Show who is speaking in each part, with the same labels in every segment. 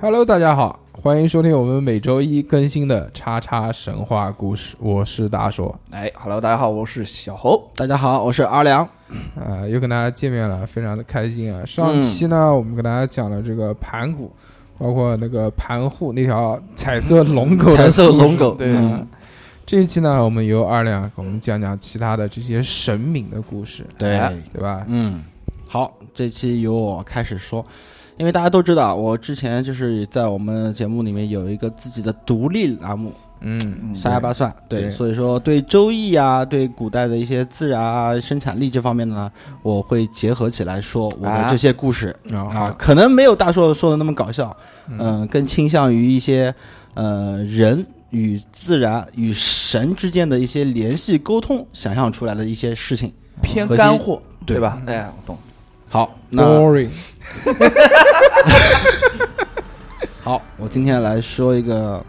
Speaker 1: Hello，大家好，欢迎收听我们每周一更新的《叉叉神话故事》，我是大硕，
Speaker 2: 哎，Hello，大家好，我是小侯。
Speaker 3: 大家好，我是阿良。
Speaker 1: 啊、又跟大家见面了，非常的开心啊！上期呢，
Speaker 3: 嗯
Speaker 1: 我们跟大家讲了这个盘古，包括那个盘户那条彩色龙狗的
Speaker 3: 嗯彩色
Speaker 1: 故事
Speaker 3: 龙狗
Speaker 1: 对、
Speaker 2: 嗯
Speaker 1: 这一期呢，我们由二亮给我们讲讲其他的这些神明的故事，
Speaker 3: 对
Speaker 2: 哎
Speaker 1: 对吧？
Speaker 3: 嗯，好，这期由我开始说，因为大家都知道，我之前就是在我们节目里面有一个自己的独立栏目
Speaker 1: 嗯，
Speaker 3: “瞎哑巴算”，对，
Speaker 1: 对
Speaker 3: 所以说对《周易》啊，对古代的一些自然啊、生产力这方面呢，我会结合起来说我的
Speaker 2: 啊
Speaker 3: 这些故事
Speaker 1: 然后、
Speaker 3: 啊可能没有大硕说的那么搞笑，
Speaker 1: 哦嗯
Speaker 3: 嗯、更倾向于一些呃人。与自然与神之间的一些联系沟通，想象出来的一些事情，
Speaker 2: 偏
Speaker 3: 核心
Speaker 2: 干货，
Speaker 3: 对
Speaker 2: 对吧？哎，我懂。
Speaker 3: 好，那
Speaker 1: boring，
Speaker 3: 好，我今天来说一个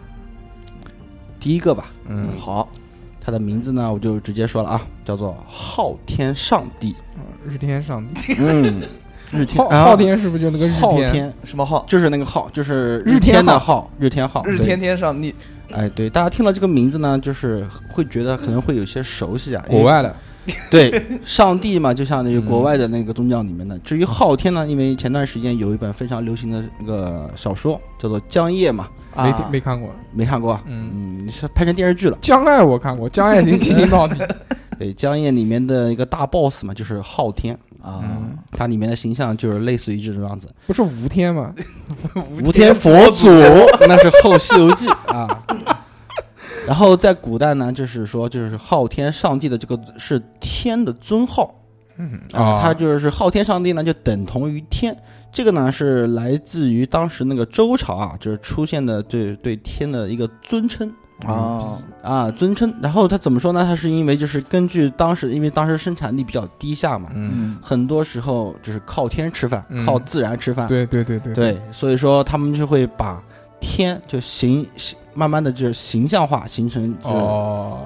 Speaker 3: 第一个吧，
Speaker 1: 嗯，
Speaker 2: 好，
Speaker 3: 它的名字呢，我就直接说了啊，叫做昊天上帝。
Speaker 1: 日天上帝，
Speaker 3: 嗯，日
Speaker 1: 昊
Speaker 3: 天， 啊
Speaker 1: 昊，天是不是就那个日
Speaker 3: 昊天，
Speaker 2: 什么号？
Speaker 3: 就是那个昊，就是
Speaker 1: 日
Speaker 3: 天
Speaker 1: 天
Speaker 3: 的昊，日天昊，
Speaker 2: 日
Speaker 3: 对
Speaker 2: 天。天上帝，
Speaker 3: 哎，对，大家听到这个名字呢，就是会觉得可能会有些熟悉啊，因为
Speaker 1: 国外的，
Speaker 3: 对上帝嘛，就像那个国外的那个宗教里面的。至于昊天呢，因为前段时间有一本非常流行的那个小说，叫做《江夜》嘛，
Speaker 1: 没
Speaker 2: 啊
Speaker 1: 听没看过。
Speaker 3: 没看过啊？
Speaker 1: 嗯，
Speaker 3: 嗯，是拍成电视剧了。
Speaker 1: 江爱我看过，江爱已经进行到底。
Speaker 3: 对，《江夜》里面的一个大 boss 嘛，就是昊天，
Speaker 2: 啊，
Speaker 3: 它里面的形象就是类似于这种样子，
Speaker 1: 不是吴天 吗？
Speaker 3: 无天佛祖，那是后《西游记》啊。然后在古代呢，就是说，就是昊天上帝的这个是天的尊号
Speaker 1: 嗯
Speaker 3: 啊，他就是昊天上帝呢，就等同于天。这个呢是来自于当时那个周朝啊，就是出现的对对天的一个尊称。
Speaker 2: 啊，
Speaker 3: 啊，尊称。然后他怎么说呢？他是因为就是根据当时，因为当时生产力比较低下嘛，
Speaker 1: 嗯，
Speaker 2: 嗯，
Speaker 3: 很多时候就是靠天吃饭，
Speaker 1: 嗯
Speaker 3: 靠自然吃饭。
Speaker 1: 对对对对，
Speaker 3: 对所以说他们就会把天就形形慢慢的就是形象化，形成就是
Speaker 1: 哦，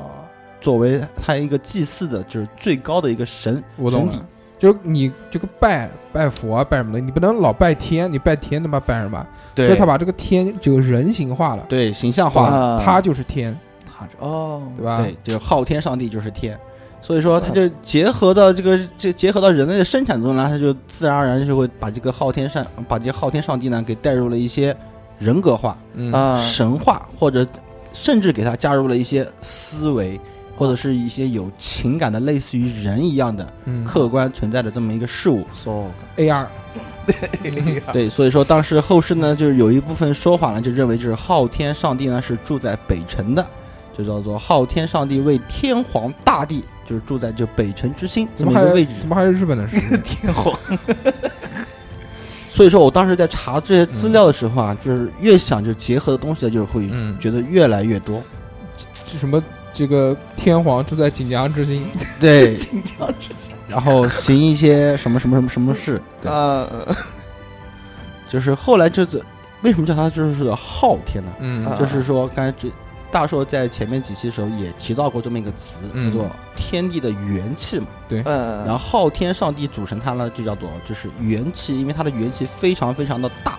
Speaker 3: 作为他一个祭祀的，就是最高的一个神。
Speaker 1: 我懂
Speaker 3: 神
Speaker 1: 了。就你这个拜拜佛啊，拜什么的，你不能老拜天，你拜天他妈拜什么？所以他把这个天就人形化了，
Speaker 3: 对形象化，
Speaker 2: 啊
Speaker 1: 他就是天，
Speaker 2: 他这哦，
Speaker 1: 对吧？
Speaker 3: 对，就是昊天上帝就是天。所以说，他就结合到这个，这结合到人类的生产中来，他就自然而然就会把这个昊天上，把这个昊天上帝呢，给带入了一些人格化、
Speaker 1: 嗯，
Speaker 2: 啊，
Speaker 3: 神话，或者甚至给他加入了一些思维，或者是一些有情感的，类似于人一样的
Speaker 1: 嗯
Speaker 3: 客观存在的这么一个事物。
Speaker 2: so
Speaker 1: A R，嗯
Speaker 3: 对，所以说当时后世呢，就是有一部分说法呢，就认为就是昊天上帝呢是住在北城的，就叫做昊天上帝为天皇大帝，就是住在这北城之心这
Speaker 1: 怎么
Speaker 3: 么一
Speaker 1: 还
Speaker 3: 个位置。
Speaker 1: 怎么还是日本的事情？
Speaker 2: 天皇
Speaker 3: 所以说我当时在查这些资料的时候啊，就是越想就结合的东西，就是会
Speaker 1: 嗯，
Speaker 3: 觉得越来越多。
Speaker 1: 这什么这个天皇住在锦江之心，
Speaker 3: 对，
Speaker 2: 晋江之行
Speaker 3: 然后行一些什么什么什么什么事，对，
Speaker 2: 啊，
Speaker 3: 就是后来就是为什么叫他就是昊天呢？
Speaker 1: 嗯
Speaker 2: 啊
Speaker 3: 就是说刚才这。大硕在前面几期的时候也提到过这么一个词，
Speaker 1: 嗯
Speaker 3: 叫做天地的元气嘛。
Speaker 2: 嗯，
Speaker 3: 然后昊天上帝组成它呢，就叫做就是元气，因为它的元气非常非常的大。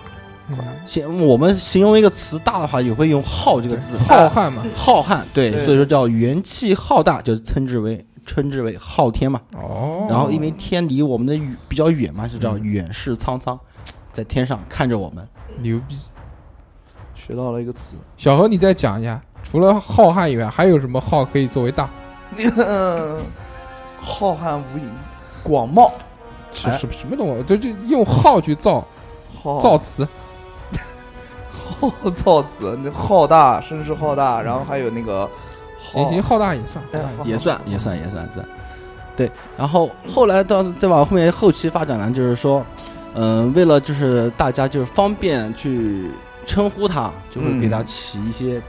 Speaker 3: 形我们形容一个词大的话，也会用“浩”这
Speaker 1: 这
Speaker 3: 个字，
Speaker 1: 浩瀚嘛，
Speaker 3: 浩瀚，对，
Speaker 2: 对
Speaker 3: 所以说叫元气浩大，就称之为称之为昊天嘛。
Speaker 1: 哦，
Speaker 3: 然后因为天离我们的远比较远嘛，就叫
Speaker 1: 嗯
Speaker 3: 远视苍苍，在天上看着我们。
Speaker 1: 牛逼，
Speaker 2: 学到了一个词，
Speaker 1: 小何你再讲一下，除了浩瀚以外，还有什么浩可以作为大？
Speaker 2: 嗯浩瀚无垠，广袤，
Speaker 1: 什
Speaker 3: 哎
Speaker 1: 什什么东西？就就用浩去造
Speaker 2: 浩
Speaker 1: 造词，
Speaker 2: 浩 造子，那浩大，声势浩大，然后还有那个浩
Speaker 1: 行行，，浩大也算，
Speaker 2: 哎
Speaker 1: 浩大也
Speaker 3: 也算也算也算算。对，然后后来到再往后面后期发展呢，就是说，嗯、为了就是大家就是方便去称呼他，就会给他起一些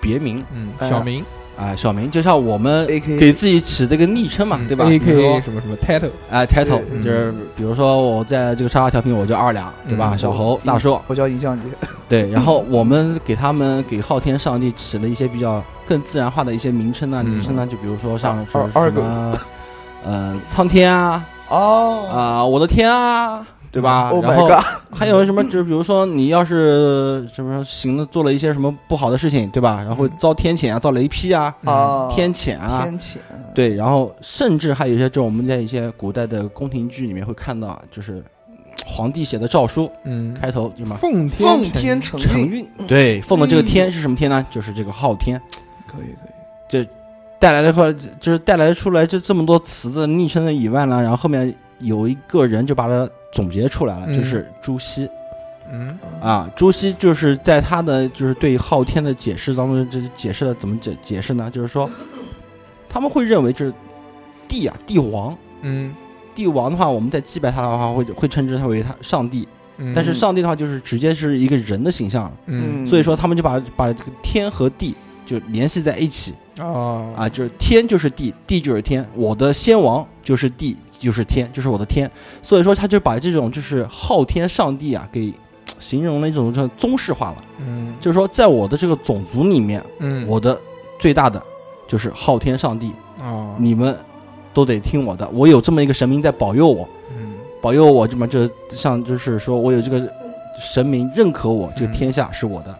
Speaker 3: 别名
Speaker 1: 嗯，
Speaker 2: 哎
Speaker 1: 小明
Speaker 3: 啊、小名，就像我们
Speaker 2: A K
Speaker 3: 给自己起这个昵称嘛，对吧
Speaker 1: 嗯？A
Speaker 3: 比如
Speaker 1: K
Speaker 3: 说
Speaker 1: A 什么什么 title，
Speaker 3: 哎、title
Speaker 2: 对
Speaker 3: 就是
Speaker 2: 嗯
Speaker 3: 比如说我在这个沙发调频，我叫二两，对吧？
Speaker 1: 嗯
Speaker 3: 小侯、大硕，
Speaker 2: 我叫尹相杰，
Speaker 3: 对，然后我们给他们给昊天上帝起了一些比较更自然化的一些名称呢，啊
Speaker 1: 嗯
Speaker 3: 名称呢，就比如说像
Speaker 2: 二
Speaker 3: 是
Speaker 2: 二二
Speaker 3: 什么，呃，苍天啊，
Speaker 2: 哦
Speaker 3: 啊、我的天啊，对吧？
Speaker 2: ？Oh
Speaker 3: 然后
Speaker 2: my god！
Speaker 3: 还有什么？就是比如说，你要是什么行了做了一些什么不好的事情，对吧？然后遭天谴啊，遭雷劈啊，
Speaker 1: 嗯
Speaker 2: 啊，
Speaker 3: 天谴啊，
Speaker 2: 天谴，
Speaker 3: 对。然后甚至还有一些，就是我们在一些古代的宫廷剧里面会看到，啊就是皇帝写的诏书，
Speaker 1: 嗯，
Speaker 3: 开头什么
Speaker 1: 奉天
Speaker 2: 奉
Speaker 1: 承
Speaker 2: 天承
Speaker 3: 承
Speaker 2: 运，
Speaker 3: 运，对，奉的这个天是什么天呢？就是这个昊天
Speaker 2: 可以可以，
Speaker 3: 带来的话，就是带来出来这这么多词的昵称的以外呢，然后后面有一个人就把它总结出来了，
Speaker 1: 嗯
Speaker 3: 就是朱熹。
Speaker 1: 嗯
Speaker 3: 啊，朱熹就是在他的就是对昊天的解释当中，这解释了怎么解解释呢？就是说，他们会认为就是帝啊，帝王，
Speaker 1: 嗯
Speaker 3: 帝王的话，我们在祭拜他的话，会会称之他为他上帝，
Speaker 1: 嗯，
Speaker 3: 但是上帝的话就是直接是一个人的形象了，
Speaker 1: 嗯
Speaker 3: 所以说他们就把把这个天和地就联系在一起
Speaker 1: 哦
Speaker 3: 啊，就是天就是地，地就是天，我的先王就是地就是天，就是我的天，所以说他就把这种就是昊天上帝啊给形容了一种这宗式化了。
Speaker 1: 嗯
Speaker 3: 就是说，在我的这个种族里面，
Speaker 1: 嗯
Speaker 3: 我的最大的就是昊天上帝，
Speaker 1: 哦
Speaker 3: 你们都得听我的。我有这么一个神明在保佑我，
Speaker 1: 嗯
Speaker 3: 保佑我这么就像就是说我有这个神明认可我，这个
Speaker 1: 嗯
Speaker 3: 天下是我的，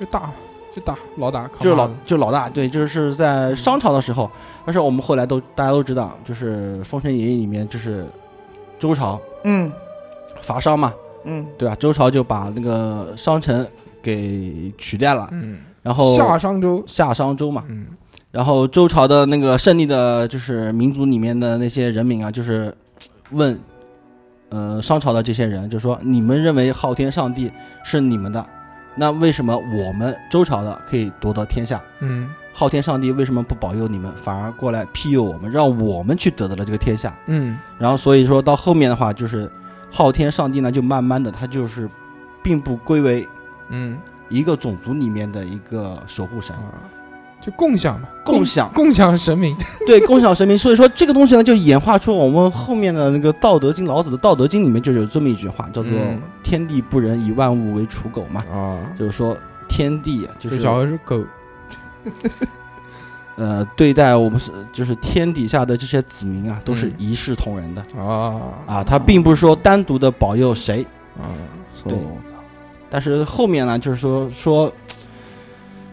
Speaker 1: 就大就大老大，
Speaker 3: 就是老
Speaker 1: 扛把子
Speaker 3: 就是老大。对，就是在商朝的时候，但是我们后来都大家都知道，就是《封神演义》里面就是周朝
Speaker 2: 嗯
Speaker 3: 伐商嘛，
Speaker 2: 嗯，
Speaker 3: 对吧？周朝就把那个商城给取代了，
Speaker 1: 嗯，
Speaker 3: 然后
Speaker 1: 夏商周
Speaker 3: 夏商周嘛。
Speaker 1: 嗯
Speaker 3: 然后周朝的那个胜利的，就是民族里面的那些人民啊，就是问，呃，商朝的这些人，就说你们认为昊天上帝是你们的，那为什么我们周朝的可以夺得天下？
Speaker 1: 嗯
Speaker 3: 昊天上帝为什么不保佑你们，反而过来庇佑我们，让我们去得到了这个天下？
Speaker 1: 嗯
Speaker 3: 然后所以说到后面的话，就是昊天上帝呢，就慢慢的他就是，并不归为
Speaker 1: 嗯
Speaker 3: 一个种族里面的一个守护神，
Speaker 1: 啊，就共享嘛，
Speaker 3: 嗯共享。
Speaker 1: 共享神明，
Speaker 3: 对，共享神明。所以说这个东西呢，就演化出我们后面的那个《道德经》，老子的《道德经》里面就有这么一句话，叫做
Speaker 1: 嗯
Speaker 3: “天地不仁，以万物为刍狗”嘛，
Speaker 1: 啊，
Speaker 3: 就是说天地啊就
Speaker 1: 这
Speaker 3: 是
Speaker 1: 小何是狗，
Speaker 3: 呃对待我们是就是天底下的这些子民啊，都是
Speaker 1: 嗯
Speaker 3: 一视同仁的、
Speaker 1: 啊
Speaker 3: 啊，他并不是说单独的保佑谁，
Speaker 1: 啊，
Speaker 3: 对但是后面呢，就是说说。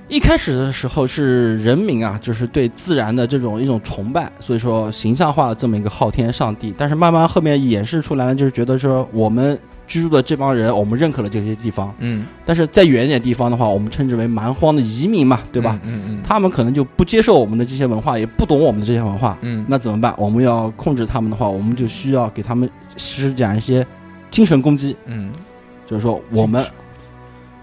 Speaker 3: 一开始的时候是人民啊，就是对自然的这种一种崇拜，所以说形象化了这么一个昊天上帝。但是慢慢后面演示出来呢，就是觉得说我们居住的这帮人，我们认可了这些地方，
Speaker 1: 嗯，
Speaker 3: 但是再远一点地方的话，我们称之为蛮荒的移民嘛，对吧？
Speaker 1: 嗯？嗯嗯
Speaker 3: 他们可能就不接受我们的这些文化，也不懂我们的这些文化，
Speaker 1: 嗯，
Speaker 3: 那怎么办？我们要控制他们的话，我们就需要给他们施展一些精神攻击，
Speaker 1: 嗯，
Speaker 3: 就是说我们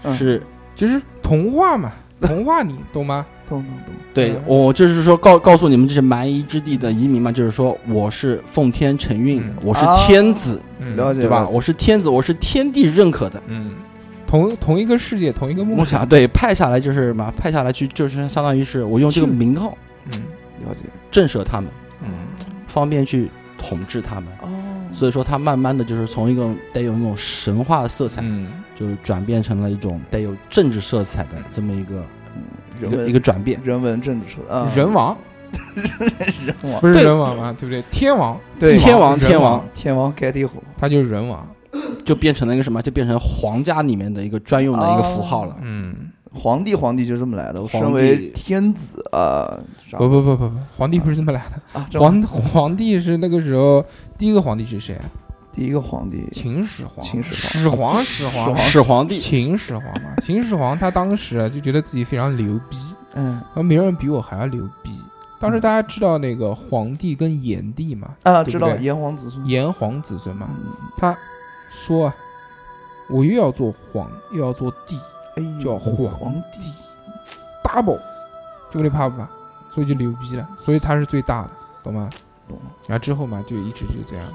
Speaker 2: 嗯
Speaker 3: 是
Speaker 1: 就是童话 嘛，童话你懂吗？
Speaker 2: 懂懂懂，
Speaker 3: 对
Speaker 1: 嗯
Speaker 3: 我就是说告告诉你们这些蛮夷之地的移民嘛，就是说我是奉天承运的
Speaker 1: 嗯，
Speaker 3: 我是
Speaker 2: 啊
Speaker 3: 天子，
Speaker 1: 嗯
Speaker 2: 了解
Speaker 3: 对吧？？我是天子，我是天地认可的。
Speaker 1: 嗯，同同一个世界，同一个梦
Speaker 3: 梦想对派下来就是什么？派下来去就是相当于是我用这个
Speaker 1: 是
Speaker 3: 名号
Speaker 1: 嗯
Speaker 2: 了解
Speaker 3: 震慑他们，
Speaker 1: 嗯
Speaker 3: 方便去统治他们。
Speaker 2: 哦
Speaker 3: 所以说，他慢慢的就是从一个带有那种神话色彩，
Speaker 1: 嗯，
Speaker 3: 就是转变成了一种带有政治色彩的这么一个一
Speaker 2: 人
Speaker 3: 个
Speaker 2: 文
Speaker 3: 一个转变。
Speaker 2: 人文政治社啊，
Speaker 1: 人王
Speaker 2: 人王
Speaker 1: 不是
Speaker 3: 对
Speaker 1: 人王吗？嗯对不对？天王，
Speaker 2: 对
Speaker 3: 天王
Speaker 1: 人
Speaker 3: 天王
Speaker 2: 天王盖地虎，
Speaker 1: 他就是人王。
Speaker 3: 就变成了一个什么？就变成皇家里面的一个专用的一个符号了。
Speaker 1: 嗯，
Speaker 2: 皇帝皇帝就这么来的，我
Speaker 3: 皇
Speaker 2: 身
Speaker 3: 帝
Speaker 2: 为天子啊，啥
Speaker 1: 不不不不不，皇帝不是这么来的。
Speaker 2: 啊，这
Speaker 1: 皇皇帝是那个时候第一个皇帝是谁啊？
Speaker 2: 第一个皇帝
Speaker 1: 秦始皇。
Speaker 2: 秦始
Speaker 1: 始皇，始皇，
Speaker 3: 始皇帝
Speaker 1: 秦始皇嘛。 秦始皇他当时啊就觉得自己非常牛逼，
Speaker 2: 嗯
Speaker 1: 然后没人比我还要牛逼。当时大家知道那个皇帝跟炎帝嘛，
Speaker 2: 啊，
Speaker 1: 对不
Speaker 2: 知道
Speaker 1: 对
Speaker 2: 炎黄子孙，
Speaker 1: 炎黄子孙嘛，
Speaker 2: 嗯，
Speaker 1: 他说啊，我又要做皇，又要做帝，
Speaker 2: 哎呦，
Speaker 1: 叫
Speaker 2: 皇
Speaker 1: 皇帝 double，就你怕不怕？所以就牛逼了，所以他是最大的，懂吗？
Speaker 2: 懂。
Speaker 1: 然后之后嘛，就一直就这样。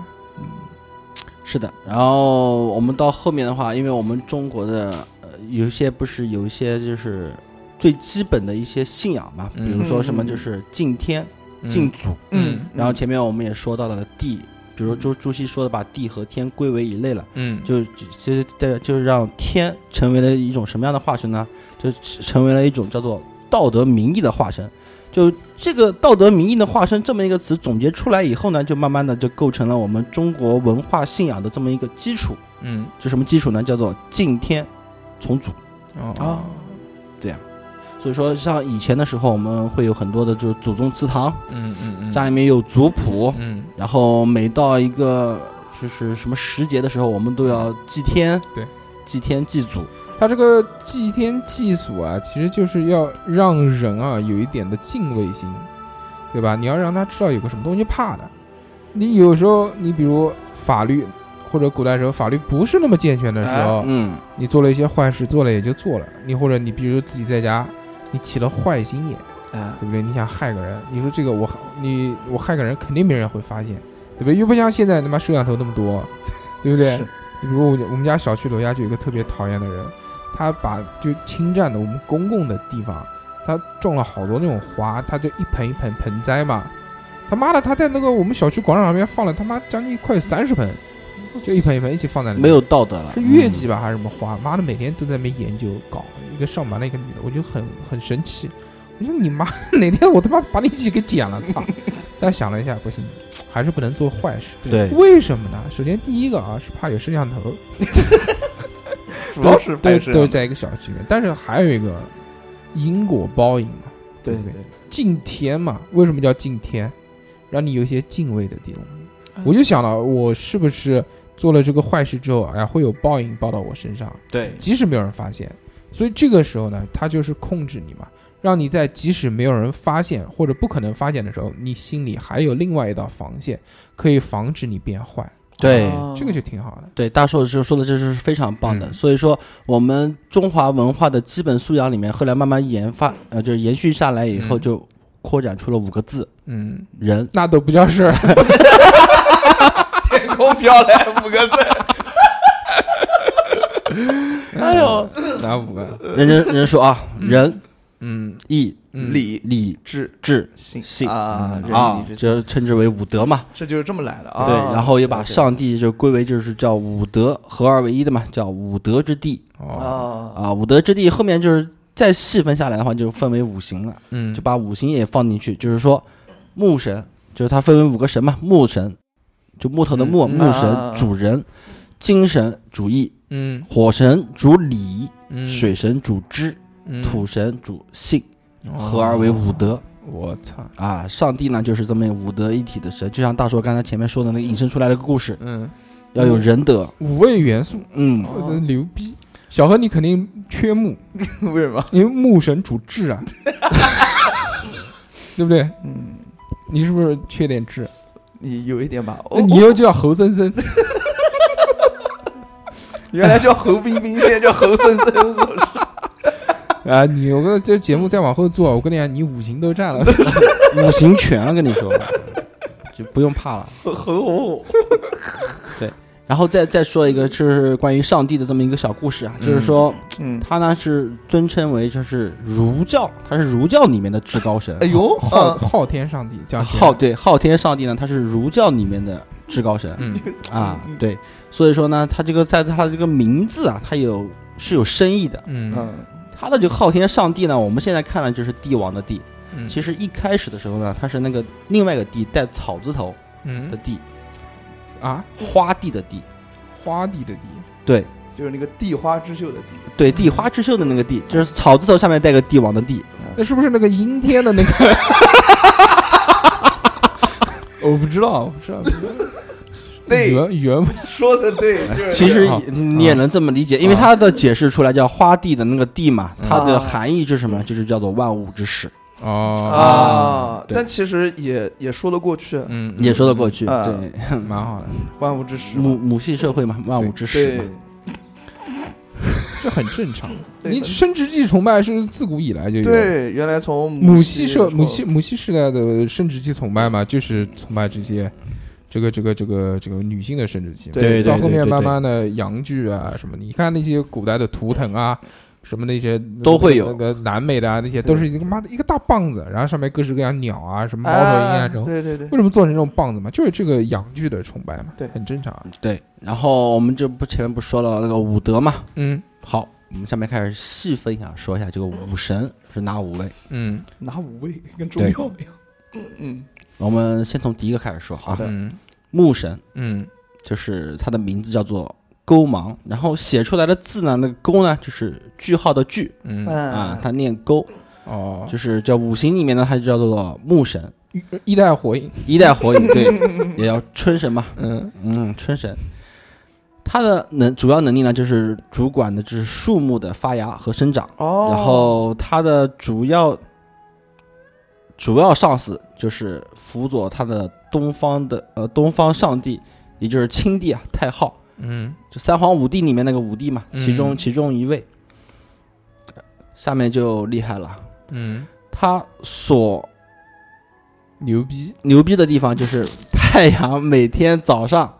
Speaker 3: 是的，然后我们到后面的话，因为我们中国的呃有一些不是有一些就是最基本的一些信仰嘛，
Speaker 1: 嗯
Speaker 3: 比如说什么
Speaker 2: 嗯
Speaker 3: 就是敬天、
Speaker 1: 嗯
Speaker 3: 敬祖，
Speaker 1: 嗯
Speaker 3: 然后前面我们也说到了地，比如说朱朱熹说的把地和天归为一类了，
Speaker 1: 嗯，
Speaker 3: 就就是对，就是让天成为了一种什么样的化身呢？就成为了一种叫做道德名义的化身。就这个道德名义的化身这么一个词总结出来以后呢，就慢慢的就构成了我们中国文化信仰的这么一个基础。
Speaker 1: 嗯，
Speaker 3: 就什么基础呢？叫做敬天从祖。
Speaker 2: 啊
Speaker 1: 哦，
Speaker 3: 所以说，像以前的时候，我们会有很多的就是祖宗祠堂，
Speaker 1: 嗯嗯嗯，
Speaker 3: 家里面有族谱，
Speaker 1: 嗯，
Speaker 3: 然后每到一个就是什么时节的时候，我们都要祭天，
Speaker 1: 对，
Speaker 3: 祭天祭祖，
Speaker 1: 他这个祭天祭祖啊，其实就是要让人啊有一点的敬畏心，对吧？你要让他知道有个什么东西怕的。你有时候，你比如法律或者古代时候法律不是那么健全的时候，
Speaker 3: 嗯，
Speaker 1: 你做了一些坏事，做了也就做了。你或者你比如自己在家，你起了坏心眼，
Speaker 2: 哎，
Speaker 1: 对不对？你想害个人，你说这个我你我害个人，肯定没人会发现，对不对？又不像现在他妈摄像头那么多，对不对？
Speaker 2: 是
Speaker 1: 你比如我我们家小区楼下就有一个特别讨厌的人，他把就侵占的我们公共的地方，他种了好多那种花，他就一盆一盆盆栽嘛。他妈的，他在那个我们小区广场上面放了他妈将近快三十盆，就一盆一盆一起放在那里。
Speaker 3: 没有道德了，嗯
Speaker 1: 是月季吧还是什么花？妈的，每天都在那边研究搞一个上班的一个女的，我就很很生气。我说你妈， 哪天我他妈把你一起给剪了，操！但想了一下，不行，还是不能做坏事。
Speaker 3: 嗯？对，
Speaker 1: 为什么呢？首先第一个啊，是怕有摄像头，
Speaker 2: 主要是啊
Speaker 1: 都
Speaker 2: 拍摄
Speaker 1: 都在一个小区里。但是还有一个因果报应嘛，
Speaker 2: 对
Speaker 1: 不对
Speaker 2: 对？
Speaker 1: 敬天嘛，为什么叫敬天？让你有一些敬畏的地方。我就想了，我是不是做了这个坏事之后，哎呀，会有报应报到我身上？
Speaker 3: 对，
Speaker 1: 即使没有人发现。所以这个时候呢，他就是控制你嘛，让你在即使没有人发现或者不可能发现的时候，你心里还有另外一道防线，可以防止你变坏。
Speaker 3: 对，
Speaker 2: 哦
Speaker 1: 这个就挺好的。
Speaker 3: 啊对，大硕就说的这是非常棒的，
Speaker 1: 嗯
Speaker 3: 所以说我们中华文化的基本素养里面，后来慢慢研发，呃，就是延续下来以后，
Speaker 1: 嗯
Speaker 3: 就扩展出了五个字：
Speaker 1: 嗯，
Speaker 3: 人。
Speaker 1: 那都不叫事儿。
Speaker 2: 天空飘来五个字，哎呦，
Speaker 1: 哪五个？
Speaker 3: 人人人说啊，仁
Speaker 1: 嗯
Speaker 3: 义
Speaker 1: 嗯，
Speaker 2: 理
Speaker 3: 礼
Speaker 2: 智
Speaker 3: 智
Speaker 2: 信
Speaker 3: 信
Speaker 2: 啊，
Speaker 3: 啊
Speaker 2: 仁义，之
Speaker 3: 这称之为五德嘛。
Speaker 2: 这就是这么来的啊。
Speaker 3: 对，然后也把
Speaker 2: OK
Speaker 3: 上帝就归为就是叫五德合二为一的嘛，叫五德之地
Speaker 1: 哦，
Speaker 2: 啊，
Speaker 3: 啊。五德之地后面就是再细分下来的话，就分为五行了。
Speaker 1: 嗯
Speaker 3: 就把五行也放进去，就是说木神，就是它分为五个神嘛，木神就木头的木，
Speaker 1: 嗯嗯
Speaker 3: 木
Speaker 2: 啊
Speaker 3: 神主人，金神主义，
Speaker 1: 嗯
Speaker 3: 火神主礼，
Speaker 1: 嗯，
Speaker 3: 水神主知，
Speaker 1: 嗯
Speaker 3: 土神主信，
Speaker 1: 哦
Speaker 3: 合而为五德
Speaker 1: 我操，
Speaker 3: 啊。上帝呢就是这么五德一体的神，就像大硕刚才前面说的那个引申出来的故事，
Speaker 1: 嗯，哦
Speaker 3: 要有仁德，
Speaker 1: 五位元素，
Speaker 3: 嗯，
Speaker 2: 哦
Speaker 1: 我真牛逼。小何，你肯定缺木，
Speaker 2: 为什么？
Speaker 1: 因为木神主智 啊，对不对？
Speaker 2: 嗯，
Speaker 1: 你是不是缺点智？
Speaker 2: 你有一点吧。
Speaker 1: 那
Speaker 2: 哦，
Speaker 1: 你又叫侯森 森，
Speaker 2: 原来叫侯冰冰，现在叫侯森森，是不是？
Speaker 1: 啊，你我跟这节目再往后做，我跟你讲，你五行都占 了。
Speaker 3: 五行全了，跟你说，就不用怕了。
Speaker 2: 侯侯
Speaker 3: 然后再再说一个，就是关于上帝的这么一个小故事啊，就是说，
Speaker 2: 嗯，
Speaker 3: 他呢是尊称为就是儒教，他是儒教里面的至高神
Speaker 2: 哎。呦，
Speaker 1: 昊
Speaker 2: 啊
Speaker 1: 昊天上帝讲起来
Speaker 3: 嗯昊，对昊天上帝呢，他是儒教里面的至高神
Speaker 1: 嗯
Speaker 3: 啊，对，所以说呢，他这个在他这个名字啊，他有是有深意的。
Speaker 1: 嗯
Speaker 2: 嗯，
Speaker 3: 他的这个昊天上帝呢，我们现在看了就是帝王的帝，
Speaker 1: 嗯，
Speaker 3: 其实一开始的时候呢，他是那个另外一个帝带草字头的
Speaker 1: 嗯
Speaker 3: 帝，
Speaker 1: 啊，
Speaker 3: 花帝的帝，
Speaker 1: 花地的地，
Speaker 3: 对
Speaker 2: 就是那个地花之秀的地。
Speaker 3: 对，帝花之秀的那个帝，就是草字头下面带个帝王的帝，
Speaker 1: 那哎是不是那个阴天的那个？ 我不知道，我不知道。
Speaker 2: 对
Speaker 1: 原原文
Speaker 2: 说的对，就是
Speaker 3: 其实
Speaker 1: 啊
Speaker 3: 你也能这么理解，因为它的解释出来叫花地的那个地嘛，
Speaker 1: 嗯
Speaker 3: 它的含义就是什么？就是叫做万物之始，
Speaker 1: 哦，
Speaker 2: 啊，
Speaker 3: 对
Speaker 2: 但其实也也说得过去，
Speaker 1: 嗯，
Speaker 3: 也说得过去。
Speaker 2: 啊
Speaker 3: 对，
Speaker 1: 蛮好的，
Speaker 2: 万物之始嘛。
Speaker 3: 母母系社会嘛，万物之始
Speaker 2: 对
Speaker 3: 嘛。，
Speaker 1: 这很正常。
Speaker 2: 对
Speaker 1: 你
Speaker 2: 的
Speaker 1: 生殖器崇拜是自古以来就有，
Speaker 2: 对，原来从
Speaker 1: 母系社母系
Speaker 2: 系
Speaker 1: 母系时代的生殖器崇拜嘛，就是崇拜这些这个这个这个这个女性的生殖器嘛。
Speaker 2: 对对
Speaker 1: 到后
Speaker 3: 对
Speaker 1: 面
Speaker 3: 对
Speaker 1: 慢慢的洋剧啊什么，你看那些古代的图腾啊。什么那些
Speaker 3: 都会有
Speaker 1: 那个南美的啊，那些都是一个妈的一个大棒子，然后上面各式各样鸟啊，什么猫头鹰啊这
Speaker 2: 啊，
Speaker 3: 哎
Speaker 1: 种，
Speaker 2: 对对对
Speaker 1: 为，什么做成这种棒子嘛？就是这个洋剧的崇拜嘛，
Speaker 2: 对
Speaker 1: 很正常啊。
Speaker 3: 对，然后我们就不前面不说了那个五德嘛。
Speaker 1: 嗯
Speaker 3: 好，我们下面开始细分一下，说一下这个武神是哪五位。
Speaker 1: 嗯
Speaker 2: 拿五味跟中药一样。嗯，
Speaker 3: 我们先从第一个开始说哈，
Speaker 1: 嗯
Speaker 3: 木神
Speaker 1: 嗯
Speaker 3: 就是它的名字叫做勾芒，然后写出来的字呢，那个勾呢就是句号的句
Speaker 1: 嗯嗯
Speaker 3: 啊
Speaker 2: 啊，
Speaker 3: 它念勾，
Speaker 1: 哦，
Speaker 3: 就是叫五行里面呢，它就叫做木神，
Speaker 1: 一代火影，
Speaker 3: 一代火 影对，也叫春神嘛，
Speaker 1: 嗯
Speaker 3: 嗯，春神。它的能主要能力呢，就是主管的就是树木的发芽和生长，
Speaker 2: 哦，
Speaker 3: 然后它的主要主要上司就是辅佐他的东方的呃东方上帝，也就是青帝啊太昊，
Speaker 1: 嗯
Speaker 3: 就三皇五帝里面那个五帝嘛，其中、
Speaker 1: 嗯
Speaker 3: 其中一位。下面就厉害了，
Speaker 1: 嗯，
Speaker 3: 他所
Speaker 1: 牛逼，
Speaker 3: 牛逼的地方就是太阳每天早上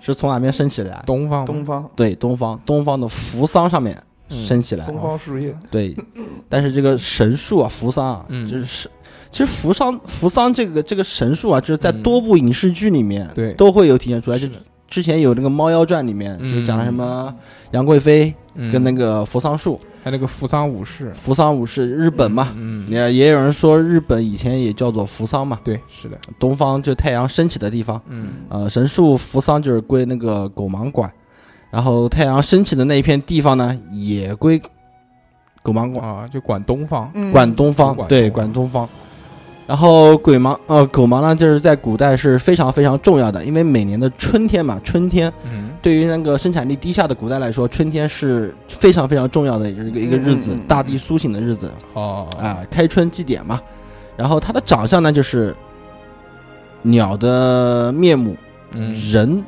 Speaker 3: 是从哪边升起来？
Speaker 1: 东方
Speaker 2: 东方
Speaker 3: 对，东方，东方的扶桑上面
Speaker 1: 嗯
Speaker 3: 升起来。
Speaker 2: 东方树叶，
Speaker 3: 对，但是这个神树啊，扶桑啊，
Speaker 1: 嗯
Speaker 3: 就是是，其实扶桑扶桑这个这个神树啊，就是在
Speaker 1: 嗯
Speaker 3: 多部影视剧里面、
Speaker 1: 对
Speaker 3: 都会有体现出来。就是
Speaker 1: 的
Speaker 3: 之前有那个《猫妖传》里面，就是讲了什
Speaker 1: 嗯
Speaker 3: 么杨贵妃跟那
Speaker 1: 个
Speaker 3: 个扶桑树，
Speaker 1: 嗯还有那个扶桑武士，
Speaker 3: 扶桑武士，日本嘛。
Speaker 1: 嗯，
Speaker 3: 也也有人说，日本以前也叫做扶桑嘛，
Speaker 1: 对，是的，
Speaker 3: 东方就太阳升起的地方。
Speaker 1: 嗯
Speaker 3: 呃，神树扶桑就是归那个狗芒管，然后太阳升起的那一片地方呢，也归狗芒管。
Speaker 1: 啊，就管东方，
Speaker 2: 嗯
Speaker 3: 管东方，
Speaker 1: 管
Speaker 3: 对，
Speaker 1: 东
Speaker 3: 管东方。然后鬼芒呃狗芒呢，就是在古代是非常非常重要的，因为每年的春天嘛，春天
Speaker 1: 嗯
Speaker 3: 对于那个生产力低下的古代来说，春天是非常非常重要的一个一个日子
Speaker 2: 嗯嗯嗯，嗯
Speaker 3: 大地苏醒的日子
Speaker 1: 哦
Speaker 3: 啊、开春祭典嘛。然后它的长相呢，就是鸟的面目，
Speaker 1: 嗯，
Speaker 3: 人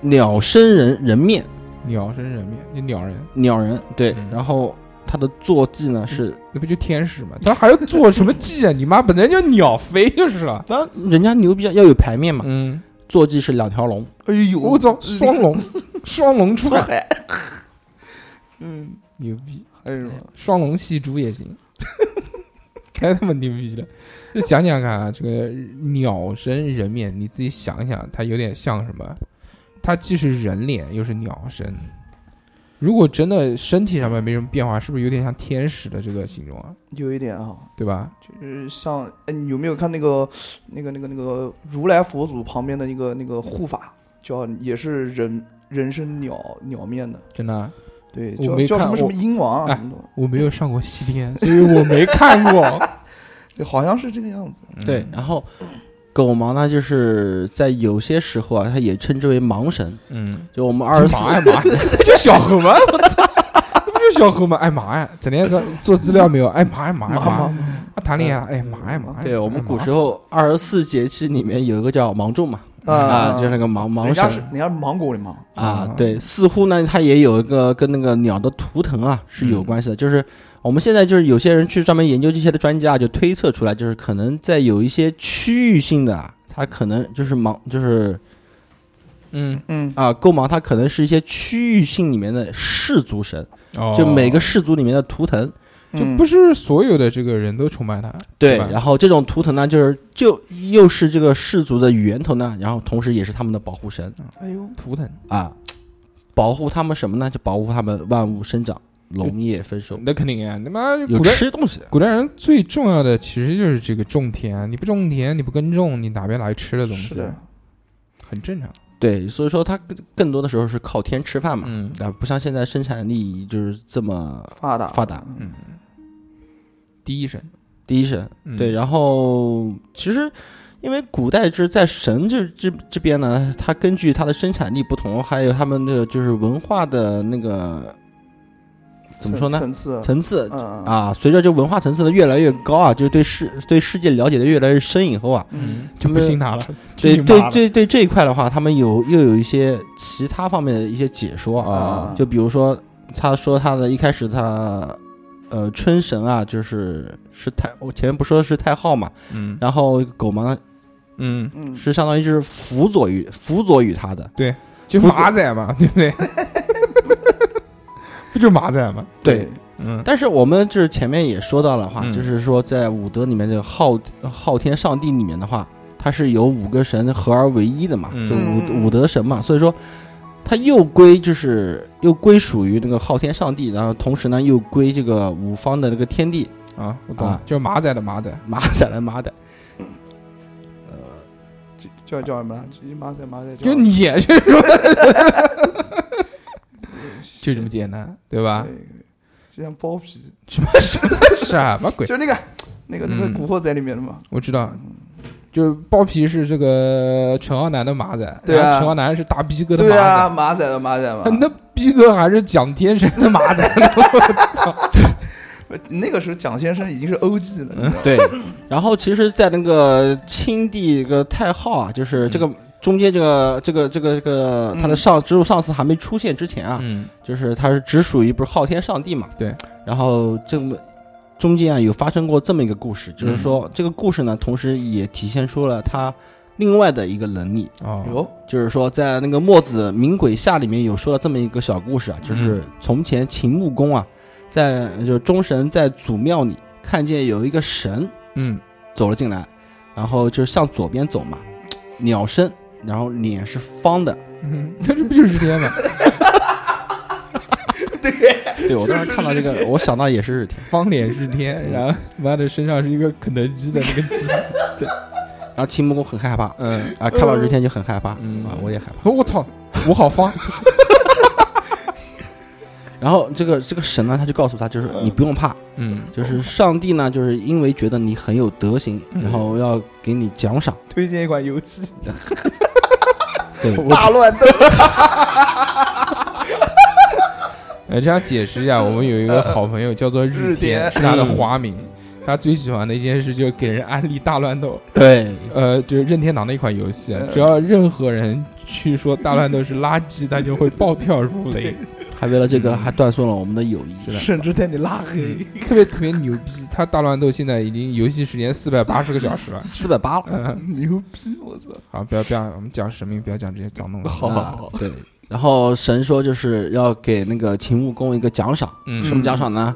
Speaker 3: 鸟身人人面，
Speaker 1: 鸟身人面，那鸟人，
Speaker 3: 鸟人对
Speaker 1: 嗯。
Speaker 3: 然后它的坐骑呢是
Speaker 1: 那不就天使吗？他还要做什么技啊？你妈本来就鸟飞就是啊了，
Speaker 3: 当然人家牛逼啊，要有牌面嘛。
Speaker 1: 嗯，
Speaker 3: 坐骑是两条龙，
Speaker 2: 哎呦，
Speaker 3: 嗯
Speaker 1: 我操，双 龙，双龙出海，
Speaker 2: 海，嗯，哎
Speaker 1: 牛逼，
Speaker 2: 还有什么？
Speaker 1: 双龙戏珠也行， 太他妈牛逼了！就讲讲看啊，这个鸟身人面，你自己想一想，它有点像什么？它既是人脸，又是鸟身。如果真的身体上面没什么变化，是不是有点像天使的这个形状啊？
Speaker 2: 有一点啊，
Speaker 1: 对吧？
Speaker 2: 就是像，哎，你有没有看那个、那个、那个、那个如来佛祖旁边的那个、那个护法，叫也是人人身鸟鸟面的，
Speaker 1: 真的啊，
Speaker 2: 对，
Speaker 1: 我
Speaker 2: 叫
Speaker 1: 没
Speaker 2: 叫什
Speaker 1: 看
Speaker 2: 么什
Speaker 1: 我
Speaker 2: 么鹰王啊
Speaker 1: 哎
Speaker 2: 什么的，
Speaker 1: 我没有上过西天，所以我没看 过。
Speaker 2: 对，好像是这个样子。
Speaker 3: 对，然后狗盲呢，就是在有些时候啊，它也称之为盲神，
Speaker 1: 嗯，
Speaker 3: 就我们二十四
Speaker 1: 忙爱嘛，不就小猴吗？我操，那不就小猴吗？爱嘛呀，整天做做资料没有？爱哎嘛爱嘛爱嘛，啊谈恋爱哎嘛爱嘛。
Speaker 3: 对我们古时
Speaker 1: 候
Speaker 3: 候二十四节气里面有一个叫芒种嘛，啊，就是那个盲盲
Speaker 2: 人家是
Speaker 3: 神
Speaker 2: 人家是芒果的嘛，
Speaker 3: 啊，对，似乎呢，它也有一个跟那个鸟的图腾啊是有关系的，就是我们现在就是有些人去专门研究这些的专家啊，就推测出来，就是可能在有一些区域性的啊，它可能就是盲就是
Speaker 1: 嗯，
Speaker 2: 嗯，
Speaker 3: 啊勾盲，它可能是一些区域性里面的氏族神。
Speaker 1: 哦
Speaker 3: 就每个氏族里面的图腾。
Speaker 1: 就
Speaker 2: 嗯
Speaker 1: 不是所有的这个人都崇拜他，
Speaker 3: 对，
Speaker 1: 吧
Speaker 3: 然后这种图腾呢，就是就又是这个氏族的源头呢，然后同时也是他们的保护神
Speaker 2: 哎呦，
Speaker 1: 图腾
Speaker 3: 啊，保护他们什么呢？就保护他们万物生长，农业丰收，
Speaker 1: 那肯定啊，他妈
Speaker 3: 有
Speaker 1: 古代
Speaker 3: 吃东西。
Speaker 1: 古代人最重要的其实就是这个种田，你不种田，你不耕种，你哪边来吃的东
Speaker 2: 是
Speaker 1: 西？
Speaker 2: 的，
Speaker 1: 很正常。
Speaker 3: 对，所以说它更更多的时候是靠天吃饭嘛，
Speaker 1: 嗯
Speaker 3: 啊，不像现在生产力就是这么
Speaker 2: 发达
Speaker 3: 发达。
Speaker 1: 嗯，第一神，
Speaker 3: 第一神。
Speaker 1: 嗯
Speaker 3: 对，，然后其实因为古代就是在神这这这边呢，它根据它的生产力不同，还有他们的就是文化的那个怎么说呢
Speaker 2: 层次，
Speaker 3: 层次
Speaker 2: 嗯
Speaker 3: 啊，随着这文化层次的越来越高啊，就是对世对世界了解的越来越深以后啊，
Speaker 1: 嗯
Speaker 2: 嗯，
Speaker 1: 就不信他了，
Speaker 3: 对
Speaker 1: 去你妈
Speaker 3: 对
Speaker 1: 了，
Speaker 3: 对对这一块的话，他们有又有一些其他方面的一些解说啊，
Speaker 2: 啊
Speaker 3: 就比如说他说他的一开始他。呃，春神啊，就是是太，我前面不说是太昊嘛，
Speaker 1: 嗯
Speaker 3: 然后狗嘛，
Speaker 1: 嗯，
Speaker 2: 嗯，
Speaker 3: 是相当于就是辅佐于辅佐于他的，
Speaker 1: 就
Speaker 3: 辅佐
Speaker 1: 马仔嘛，对不对？ 不就马仔嘛？
Speaker 3: 对。
Speaker 1: 嗯
Speaker 3: 但是我们就是前面也说到了话，
Speaker 1: 嗯
Speaker 3: 就是说在武德里面这个昊昊天上帝里面的话，它是有五个神合而为一的嘛，
Speaker 1: 嗯
Speaker 3: 就
Speaker 2: 嗯
Speaker 3: 五五德神嘛，所以说它又归就是又归属于那个昊天上帝，然后同时呢又归这个五方的那个天地
Speaker 1: 啊，我懂
Speaker 3: 啊，
Speaker 1: 就是马仔的马仔，
Speaker 3: 马仔来马仔。
Speaker 2: 这叫叫什么来？这马仔马仔叫
Speaker 1: 就你也是说， 就这么啊简单，对吧？
Speaker 2: 对就像包皮，
Speaker 1: 什么什么什么鬼？
Speaker 2: 就是那个那个那个
Speaker 1: 嗯
Speaker 2: 《古惑仔》里面的嘛。
Speaker 1: 我知道，就是包皮是这个陈浩南的马仔，
Speaker 2: 对啊啊
Speaker 1: 然后陈浩南是大逼哥的马
Speaker 2: 对
Speaker 1: 仔，
Speaker 2: 啊，马仔的马仔嘛
Speaker 1: 他。那逼哥还是蒋天生的马仔，
Speaker 2: 那个时候蒋先生已经是 OG 了你知道吗，
Speaker 3: 对，然后其实，在那个清帝这个太昊啊，
Speaker 1: 嗯
Speaker 3: 就是这个中间这个这个这个这个他的上直属上司还没出现之前啊，
Speaker 1: 嗯，
Speaker 3: 就是他是只属于不是昊天上帝嘛？
Speaker 1: 对。
Speaker 3: 然后这么中间啊有发生过这么一个故事，
Speaker 1: 嗯
Speaker 3: 就是说、这个故事呢，同时也体现出了他另外的一个能力，
Speaker 1: 哦，
Speaker 2: 哟，
Speaker 3: 就是说在那个《墨子冥鬼下》里面有说了这么一个小故事啊，
Speaker 1: 嗯
Speaker 3: 就是从前秦穆公啊，在就是中神在祖庙里看见有一个神
Speaker 1: 嗯，
Speaker 3: 走了进来，然后就是向左边走嘛，鸟身，然后脸是方的，
Speaker 1: 嗯，那这不就是天吗？
Speaker 3: 对我 当时看到这个，我想到也是日天。
Speaker 1: 方脸是天，然后妈的身上是一个肯德基的那个鸡，
Speaker 3: 然后秦穆公很害怕，
Speaker 1: 嗯，
Speaker 3: 啊，看到日天就很害怕，
Speaker 1: 嗯
Speaker 3: 啊，我也害怕。
Speaker 1: 说我操，我好方，
Speaker 3: 然后这个这个神呢，他就告诉他，就是你不用怕，
Speaker 1: 嗯，
Speaker 3: 就是上帝呢，就是因为觉得你很有德行，
Speaker 1: 嗯
Speaker 3: 然后要给你奖赏。
Speaker 2: 推荐一款游戏
Speaker 3: 对，
Speaker 2: 《大乱斗》，
Speaker 1: 呃，这样解释一下，我们有一个好朋友叫做日
Speaker 2: 日
Speaker 1: 天，
Speaker 2: 天
Speaker 1: 是他的花名。他最喜欢的一件事就是给人安利大乱斗，
Speaker 3: 对，
Speaker 1: 呃，就是任天堂的一款游戏啊
Speaker 2: 嗯。
Speaker 1: 只要任何人去说大乱斗是垃圾，他就会暴跳如雷，
Speaker 3: 还为了这个还断送了我们的友谊。。
Speaker 1: 嗯是的
Speaker 2: 甚至带你拉黑。
Speaker 1: 特别特别牛逼。他大乱斗现在已经游戏时间四百八十个小时 了
Speaker 3: 四百八了。
Speaker 1: 嗯，
Speaker 2: 牛逼！我操！
Speaker 1: 好，不要不要，我们讲神明，不要讲这些脏东西。
Speaker 2: 好
Speaker 3: 啊，对。然后神说就是要给那个秦穆公一个奖赏，
Speaker 1: 嗯，
Speaker 3: 什么奖赏呢？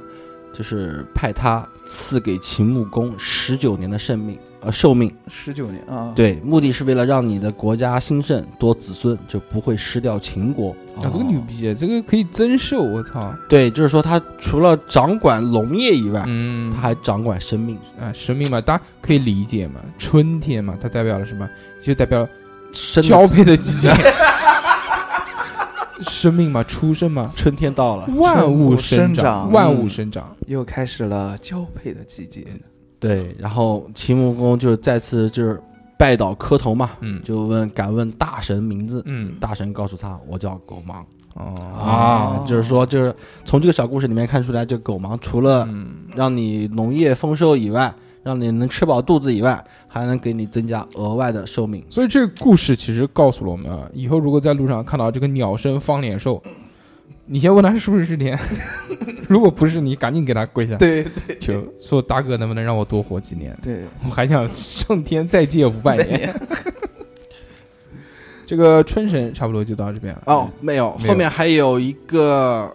Speaker 3: 就是派他赐给秦穆公十九年的生命，呃，寿命。
Speaker 2: 十九年
Speaker 1: 哦
Speaker 2: 啊，
Speaker 3: 对，目的是为了让你的国家兴盛，多子孙，就不会失掉秦国。哦
Speaker 1: 啊，这个牛逼，这个可以增寿，我操！
Speaker 3: 对，就是说他除了掌管农业以外，
Speaker 1: 嗯
Speaker 3: 他，还掌管生命，
Speaker 1: 啊，神明嘛，大家可以理解嘛。春天嘛，它代表了什么？就代表了
Speaker 3: 生的
Speaker 1: 交配的季节， 生命嘛，出生嘛，
Speaker 3: 春天到了。
Speaker 1: 万物生
Speaker 2: 生长
Speaker 1: 万物生长。
Speaker 2: 又开始了交配的季节。
Speaker 3: 对，然后秦穆公就是再次就是拜倒磕头嘛，
Speaker 1: 嗯
Speaker 3: 就问敢问大神名字，
Speaker 1: 嗯，
Speaker 3: 大神告诉他我叫狗盲
Speaker 1: 哦
Speaker 3: 啊，就是说就是从这个小故事里面看出来，这狗盲除了
Speaker 1: 嗯，
Speaker 3: 让你农业丰收以外，让你能吃饱肚子以外，还能给你增加额外的寿命。
Speaker 1: 所以这个故事其实告诉了我们啊，以后如果在路上看到这个鸟身方脸兽，你先问他是不是日天， 如果不是，你赶紧给他跪下
Speaker 2: 对
Speaker 1: 求说大哥能不能让我多活几年，
Speaker 2: 对，
Speaker 1: 我还想上天再借五百年。这个春神差不多就到这边了
Speaker 3: 哦，，没有，
Speaker 1: 嗯没有
Speaker 3: 后面还有一个，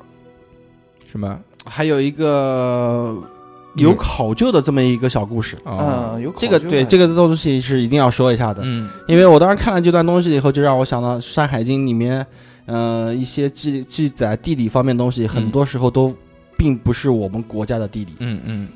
Speaker 1: 什么？
Speaker 3: 还有一个有考究的这么一个小故事。
Speaker 1: 啊，
Speaker 2: 嗯，有考
Speaker 3: 这个
Speaker 2: 究
Speaker 3: 对
Speaker 2: 的
Speaker 3: 这个东西是一定要说一下的，
Speaker 1: 嗯
Speaker 3: 因为我当时看了这段东西以后，就让我想到《山海经》里面，呃，一些记记载地理方面的东西，很多时候都并不是我们国家的地理。
Speaker 1: 嗯嗯，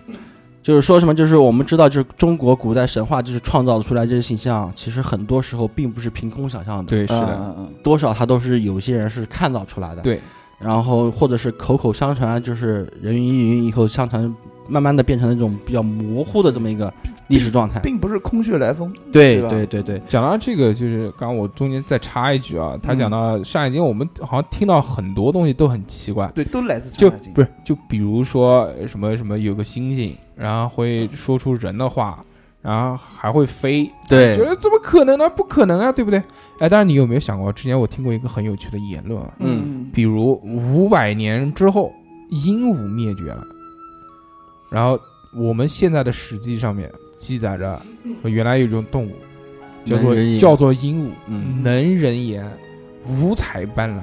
Speaker 3: 就是说什么，就是我们知道，就是中国古代神话，就是创造出来这些形象，其实很多时候并不是凭空想象的，
Speaker 1: 对，是的，
Speaker 2: 嗯嗯
Speaker 3: 多少它都是有些人是看到出来的，
Speaker 1: 对，
Speaker 3: 然后或者是口口相传，就是人云亦云以后相传，慢慢的变成了一种比较模糊的这么一个历史状态
Speaker 2: 嗯，，并不是空穴来风。
Speaker 3: 对
Speaker 2: 对吧
Speaker 3: 对对对，
Speaker 1: 讲到这个，就是刚刚我中间再插一句啊，他讲到《山海经》，我们好像听到很多东西都很奇怪，
Speaker 2: 对，都来自
Speaker 1: 就
Speaker 2: 《山海经
Speaker 1: 不》。是就比如说呃什么什么有个星星，然后会说出人的话，然后还会飞，哎
Speaker 3: 对
Speaker 1: 觉得怎么可能呢？不可能啊，对不对？哎，但是你有没有想过，之前我听过一个很有趣的言论啊，
Speaker 3: 嗯
Speaker 1: 比如五百年之后鹦鹉灭绝了，然后我们现在的史记上面记载着原来有一种动物。叫做
Speaker 3: 能人也
Speaker 1: 叫做鹦鹉，
Speaker 3: 嗯
Speaker 1: 能人言，五彩斑斓，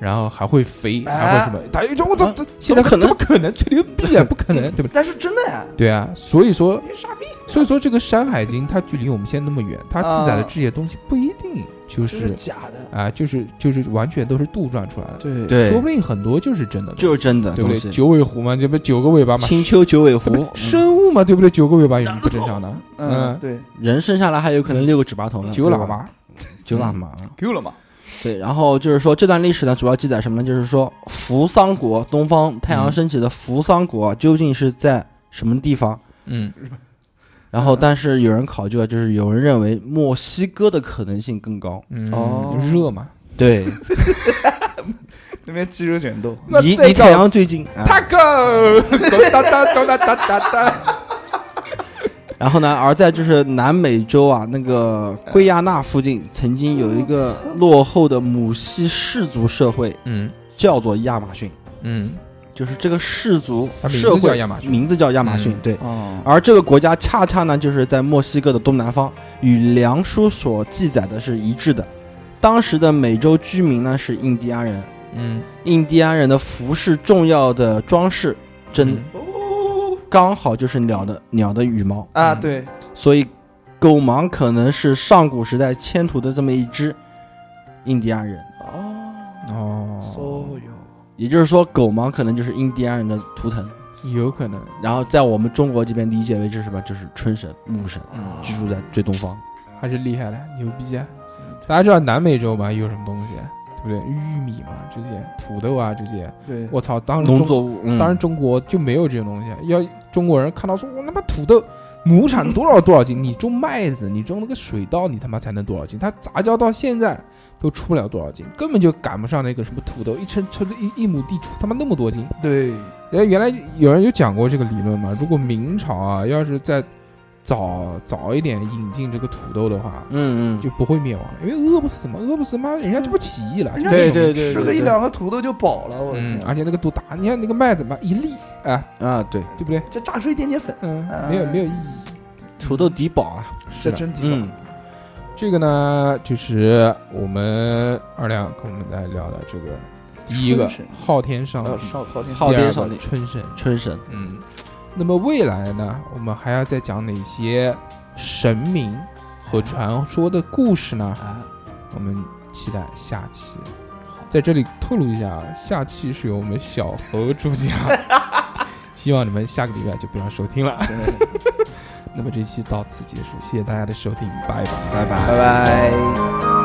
Speaker 1: 然后还会飞，还会什么？大家一说我操，
Speaker 3: 啊
Speaker 1: 这现在
Speaker 3: 怎么可
Speaker 1: 怎
Speaker 3: 能
Speaker 1: 么可能？吹牛逼啊，不可能，对 不对？
Speaker 2: 但是真的呀，
Speaker 1: 对啊，所以说，
Speaker 2: 你傻逼！
Speaker 1: 所以说这个《山海经》它距离我们现在那么远，它记载的这些东西不一定就
Speaker 2: 这是
Speaker 1: 是
Speaker 2: 假的。
Speaker 1: 啊、就是就是完全都是杜撰出来的，
Speaker 2: 对
Speaker 3: 对
Speaker 1: 说不定很多就是真的东西，
Speaker 3: 就是真的
Speaker 1: 对不对？
Speaker 3: 东西。
Speaker 1: 九尾狐嘛，这不九个尾巴嘛，
Speaker 3: 青丘九尾
Speaker 1: 它不
Speaker 3: 狐，嗯
Speaker 1: 生物嘛，对不对？九个尾巴有什么不正常的？
Speaker 2: 嗯，
Speaker 1: 嗯，
Speaker 2: 对，
Speaker 3: 人生下来还有可能六个嘴巴头呢。
Speaker 1: 九
Speaker 3: 对吧
Speaker 1: 喇，嘛，嗯
Speaker 3: 九喇嘛。
Speaker 2: 够了嘛？
Speaker 3: 对，然后就是说这段历史呢，主要记载什么呢？就是说扶桑国，东方太
Speaker 1: 嗯
Speaker 3: 阳升起的扶桑国究竟是在什么地方？
Speaker 1: 嗯，
Speaker 3: 然后，但是有人考究了，就是有人认为墨西哥的可能性 更高。
Speaker 1: 嗯
Speaker 2: 哦
Speaker 1: 热嘛，
Speaker 3: 对，
Speaker 2: 那边鸡肉卷豆，
Speaker 1: 那
Speaker 3: 离
Speaker 1: 这
Speaker 3: 离
Speaker 1: 个
Speaker 3: 太阳最近。啊
Speaker 1: Taco，咚哒哒咚哒哒哒哒，
Speaker 3: 然后呢，而在就是南美洲啊，那个圭亚那附近，曾经有一个落后的母系氏族社会，
Speaker 1: 嗯
Speaker 3: 叫做亚马逊，
Speaker 1: 嗯，
Speaker 3: 就是这个氏族
Speaker 1: 它名字
Speaker 3: 社会
Speaker 1: 叫亚马逊
Speaker 3: 名字叫亚马逊，
Speaker 1: 嗯
Speaker 3: 对。
Speaker 2: 哦，
Speaker 3: 而这个国家恰恰呢，就是在墨西哥的东南方，与《梁书》所记载的是一致的。当时的美洲居民呢是印第安人，
Speaker 1: 嗯
Speaker 3: 印第安人的服饰重要的装饰，真
Speaker 1: 嗯
Speaker 2: 哦
Speaker 3: 刚好就是鸟的鸟的羽毛，
Speaker 2: 啊，
Speaker 1: 嗯
Speaker 2: 对，
Speaker 3: 所以狗盲可能是上古时代迁徒的这么一支印第安人，
Speaker 2: 哦，
Speaker 1: 哦，
Speaker 2: 哦哟，
Speaker 3: 也就是说，狗盲可能就是印第安人的图腾。
Speaker 1: 有可能，
Speaker 3: 然后在我们中国这边理解为这是什么？就是春神、木神
Speaker 1: 嗯
Speaker 3: 居住在最东方。
Speaker 1: 还是厉害的，牛逼啊！大家知道南美洲嘛，有什么东西，对不对？玉米嘛，这些土豆啊，这些，
Speaker 2: 对，
Speaker 1: 我操，当时
Speaker 3: 农
Speaker 1: 中
Speaker 3: 作物，嗯
Speaker 1: 当然，中国就没有这种东西。要中国人看到说，我他妈土豆亩产多少多少斤，你种麦子，你种那个水稻，你他妈才能多少斤？他杂交到现在都出不了多少斤，根本就赶不上那个什么土豆，一称称一一亩地出他妈那么多斤。
Speaker 2: 对，
Speaker 1: 哎，原来有人有讲过这个理论嘛？如果明朝啊，要是再早早一点引进这个土豆的话，
Speaker 3: 嗯嗯，
Speaker 1: 就不会灭亡了，因为饿不死嘛，饿不死嘛，人家就不起义了。
Speaker 2: 人家
Speaker 3: 对
Speaker 1: 就
Speaker 3: 对对
Speaker 2: 吃个
Speaker 3: 对
Speaker 2: 一
Speaker 3: 对
Speaker 2: 两个土豆就饱了，我的
Speaker 1: 嗯
Speaker 2: 天，，
Speaker 1: 而且那个多大？你看那个麦子嘛，一粒，哎，
Speaker 3: 啊，对，
Speaker 1: 对不对？
Speaker 2: 这榨出一点点粉，
Speaker 1: 嗯，
Speaker 2: 嗯
Speaker 1: 没有没有意义。
Speaker 3: 土豆抵饱啊，
Speaker 2: 这
Speaker 1: 是的，
Speaker 2: 真挺
Speaker 3: 嗯
Speaker 2: 饱。，
Speaker 1: 这个呢，就是我们二亮跟我们在聊的这个第一个
Speaker 2: 春神
Speaker 1: 昊天上帝
Speaker 2: 呃，，少昊天
Speaker 3: 昊
Speaker 1: 第二
Speaker 3: 天
Speaker 1: 个
Speaker 3: 上帝
Speaker 1: 春神，
Speaker 3: 春神，
Speaker 1: 嗯。那么未来呢，我们还要再讲哪些神明和传说的故事呢？
Speaker 2: 啊，
Speaker 1: 我们期待下期。在这里透露一下啊，下期是由我们小猴主 讲，希望你们下个礼拜就不要收听了。
Speaker 2: 对
Speaker 1: 那么这期到此结束，谢谢大家的收听，拜拜。
Speaker 3: 拜拜
Speaker 2: 拜拜。